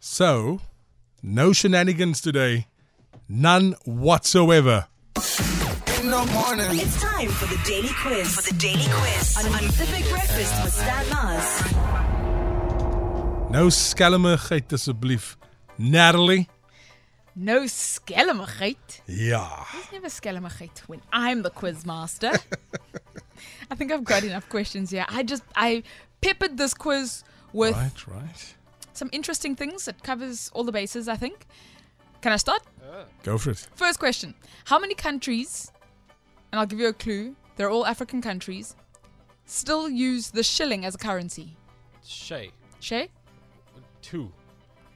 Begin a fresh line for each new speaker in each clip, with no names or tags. So, no shenanigans today. None whatsoever.
in the morning.
It's time for the daily quiz. For the daily quiz on Pacific Breakfast with Stan Mars.
No skelmigheid asseblief. Natalie.
No skelmigheid.
Ja.
There's never skelmigheid when I'm the quiz master. I think I've got enough questions here. I just I peppered this quiz with
Right, right.
some interesting things. It covers all the bases, I think. Can I start?
Go for it.
First question. How many countries, and I'll give you a clue, they're all African countries, still use the shilling as a currency?
Shay.
Shay?
Two.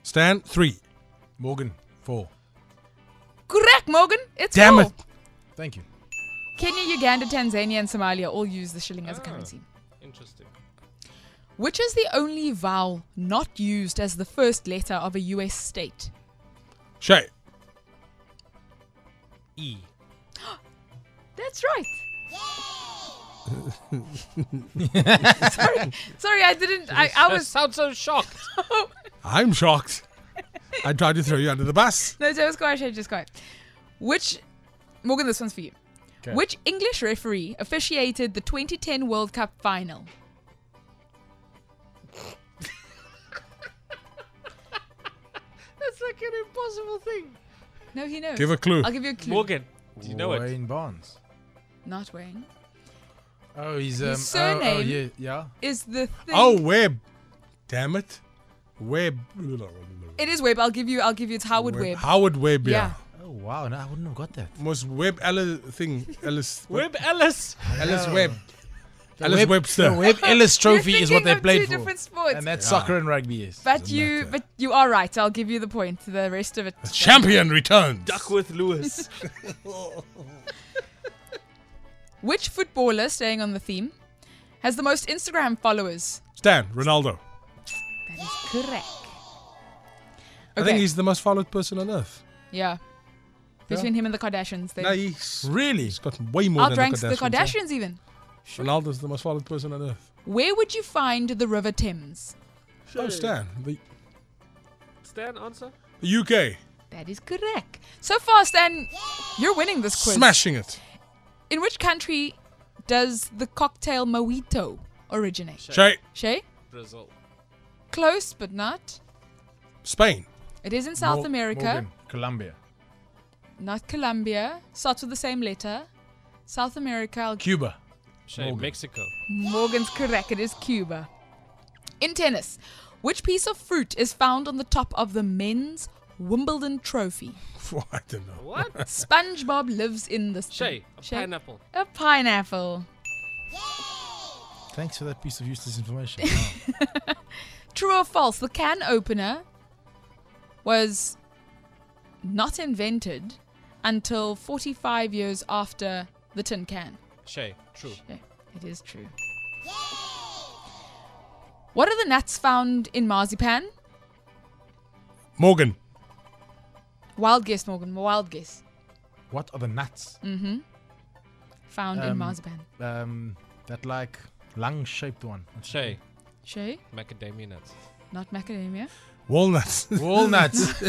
Stan, three.
Morgan. Four. Oh!
Correct, Morgan. It's
Damn
four.
it.
Thank you.
Kenya, Uganda, Tanzania, and Somalia all use the shilling
Ah.
as a currency.
Interesting.
Which is the only vowel not used as the first letter of a US state?
Shay.
E.
That's right. sorry, sorry, I didn't. I, I was.
sound so shocked.
I'm shocked. I tried to throw you under the bus.
No, that was quite. I just got. Which, Morgan, this one's for you. Which English referee officiated the 2010 World Cup final?
That's like an impossible thing.
No, he knows.
Give a clue.
I'll give you a clue.
Morgan. Do you know it?
Wayne Barnes.
Not Wayne.
Oh, he's um. oh, oh,
surname.
yeah, yeah.
Is the thing.
Oh, Webb. Damn it. Webb.
It is Webb. I'll give you. I'll give you. It's Howard Webb.
Howard Webb, yeah.
Yeah.
Oh wow, no, I wouldn't have got that.
Was Webb Ellis thing. Ellis.
Web Ellis.
Ellis Webb. Ellis Webster.
The Webb Ellis Trophy
You're
is
thinking
what they
of
played
two
for,
different sports.
and that's soccer and rugby. Yes.
But you, but you are right. I'll give you the point. The rest of it.
Champion returns.
Duckworth Lewis.
Which footballer, staying on the theme, has the most Instagram followers?
Stan, Ronaldo.
That is correct.
I think he's the most followed person on earth.
yeah. Between him and the Kardashians, they
No, he's,
really?
he's got way more than
outranks
the
the
Kardashians. yeah.
Kardashians even.
Ronaldo's the most followed person on earth.
Where would you find the River Thames?
Oh, Stan. The
Stan, answer.
the UK.
That is correct. So far, Stan, you're winning this quiz.
Smashing it.
In which country does the cocktail mojito originate?
Shay.
Shay?
Brazil.
Close, but not.
Spain.
It is in South
Mor-
America.
Morgan, Colombia.
Not Colombia. Starts with the same letter. South America. I'll-
Cuba.
Shay, Mexico.
Morgan's correct. It is Cuba. In tennis, which piece of fruit is found on the top of the men's Wimbledon trophy?
I don't know.
What?
SpongeBob lives in the
Shay, a pineapple.
A pineapple.
Thanks for that piece of useless information.
True or false? The can opener was not invented until 45 years after the tin can.
Shay, true.
Yeah, it is true. What are the nuts found in marzipan?
Morgan.
Wild guess, Morgan. Wild guess.
what are the nuts?
Found in
Um,
marzipan.
Um, that like lung-shaped one.
Shay,
Shay,
macadamia nuts.
not macadamia.
Walnuts.
Walnuts.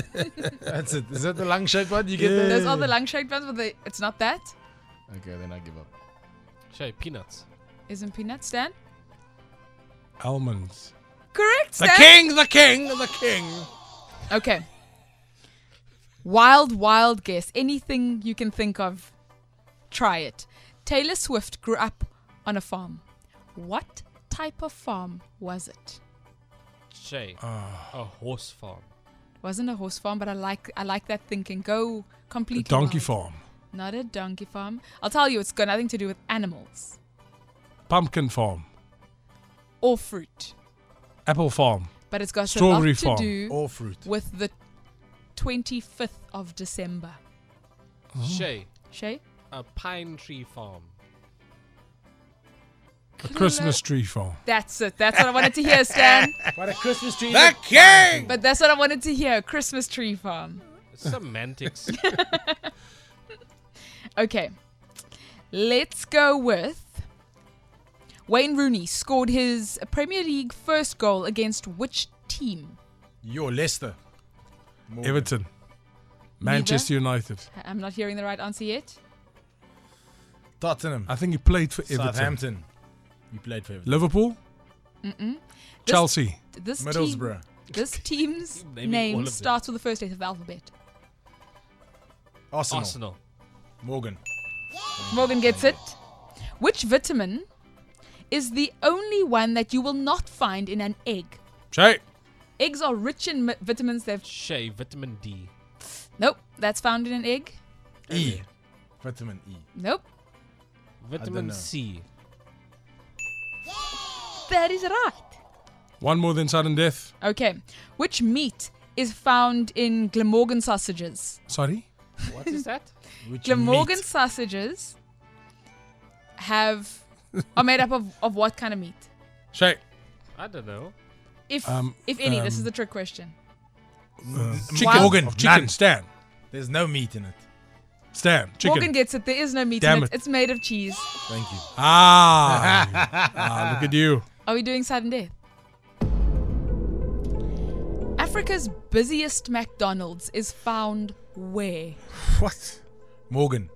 That's it. Is that the lung-shaped one? You get that?
Those are the lung shaped ones, but they, it's not that.
Okay, then I give up.
Shay, peanuts.
Isn't peanut Stan?
Almonds.
Correct,
The
Stan.
king, the king, the king.
Okay. Wild, wild guess. Anything you can think of, try it. Taylor Swift grew up on a farm. What type of farm was it?
Shay,
Ah.
a horse farm.
Wasn't a horse farm, but I like I like that thinking. Go completely.
Donkey
wild.
farm.
Not a donkey farm. I'll tell you, it's got nothing to do with animals
Pumpkin farm.
or fruit,
Apple farm.
but it's got
Strawberry
a lot
farm Oh.
to do
All fruit.
with the 25th of December.
Oh.
Shay,
Shay?
a pine tree farm.
A Christmas tree farm.
That's it. That's what I wanted to hear, Stan.
What a Christmas tree!
The king.
But that's what I wanted to hear. Christmas tree farm.
Semantics.
Okay. Let's go with Wayne Rooney scored his Premier League first goal against which team?
Your Leicester.
Everton. Manchester United.
I'm not hearing the right answer yet.
Tottenham.
I think he played for Everton.
Southampton. You played for Everton.
Liverpool. Chelsea.
This
Middlesbrough.
team, this team's
Naming all
name
of them.
starts with the first letter of the alphabet.
Arsenal.
Arsenal.
Morgan.
Morgan gets it. Which vitamin is the only one that you will not find in an egg?
Shay.
Eggs are rich in mi- vitamins. They've
Shay, vitamin D.
nope. That's found in an egg.
E. Vitamin E.
Nope.
Vitamin
know.
C.
That is right.
One more than sudden death.
Okay. Which meat is found in Glamorgan sausages?
Sorry.
What is that?
Which
Glamorgan
meat?
sausages have are made up of, of what kind of meat?
Shay.
I don't know.
If
Um,
if any, this is
um,
the trick question.
Chicken.
Morgan,
Uh, Of chicken.
none.
Stan.
There's no meat in it.
Stan. Chicken.
Morgan gets it. There is no meat
Damn
in it.
it.
It's made of cheese.
Thank you.
ah. ah. Look at you.
Are we doing sudden death? Africa's busiest McDonald's is found where?
What? Morgan.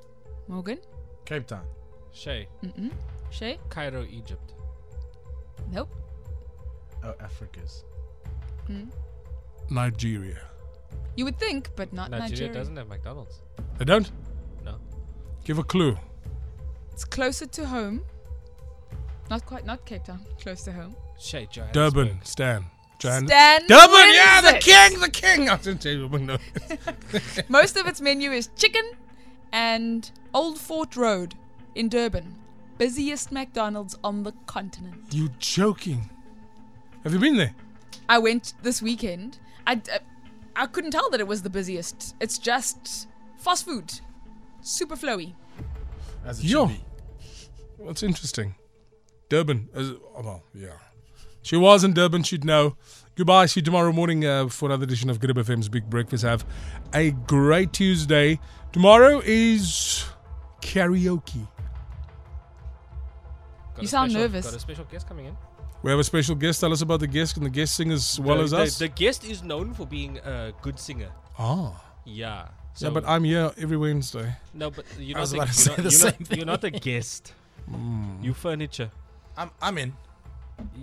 Morgan?
Cape Town.
Shay,
Mm. Shay?
Cairo, Egypt.
Nope.
Oh, Africa's.
Nigeria.
You would think, but not
Nigeria,
Nigeria.
doesn't have McDonald's.
They don't?
No.
Give a clue.
It's closer to home. Not quite, not Cape Town. Close to home.
Shay, Johannesburg.
Durban. Stan. Johann-
Stan
Durban.
wins
yeah, the
it.
king. The king. I didn't say Durban, no.
Most of its menu is chicken and Old Fort Road in Durban. Busiest McDonald's on the continent.
You joking? Have you been there?
I went this weekend. I, d- I couldn't tell that it was the busiest. It's just fast food, super flowy.
As it
Yo.
should be.
That's interesting. Durban. Is, oh, well, yeah. She was in Durban. She'd know. Goodbye. See you tomorrow morning uh, for another edition of Grib FM's Big Breakfast. Have a great Tuesday. Tomorrow is karaoke.
Got
You
a
sound
special-
nervous.
Got a special guest coming in.
We have a special guest. Tell us about the guest and the guest singer as well
the,
as
the-
us.
The guest is known for being a good singer.
ah.
Yeah. So,
Yeah, but I'm here every Wednesday.
no, but you're not
I was
the,
about to
you're
say
not,
the
you're
same
not,
thing. Mm.
you're not a guest. You furniture.
I'm, I'm in.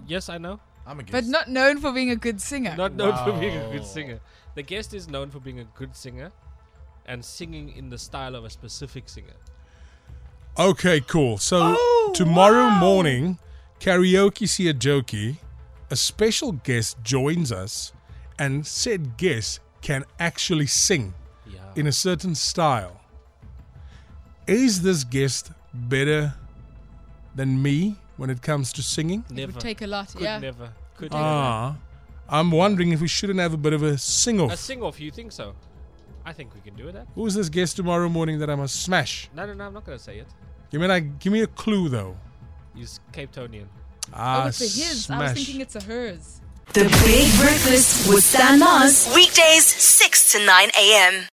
Yes, I know.
I'm a guest.
But not known for being a good singer.
Not known for being a
Wow.
good singer. The guest is known for being a good singer and singing in the style of a specific singer.
Okay, cool. So
Oh,
tomorrow morning, karaoke see a jokey, a special guest joins us, and said guest can actually sing
Yeah.
in a certain style. Is this guest better than me when it comes to singing?
it
never.
would take a lot.
could
yeah.
never. Could
Oh.
Ah, I'm wondering if we shouldn't have a bit of a
never. A
sing-off.
sing off, you think so? I think we can do eh? that.
Who's this guest tomorrow morning that I must smash?
No, no, no, I'm not going to say it.
You mean I give me a clue though?
He's Cape Tonian.
Ah,
Oh, it's a his. I was
smash.
thinking it's a hers.
The Big Breakfast with Stan Mars. Weekdays, 6 to 9 a.m.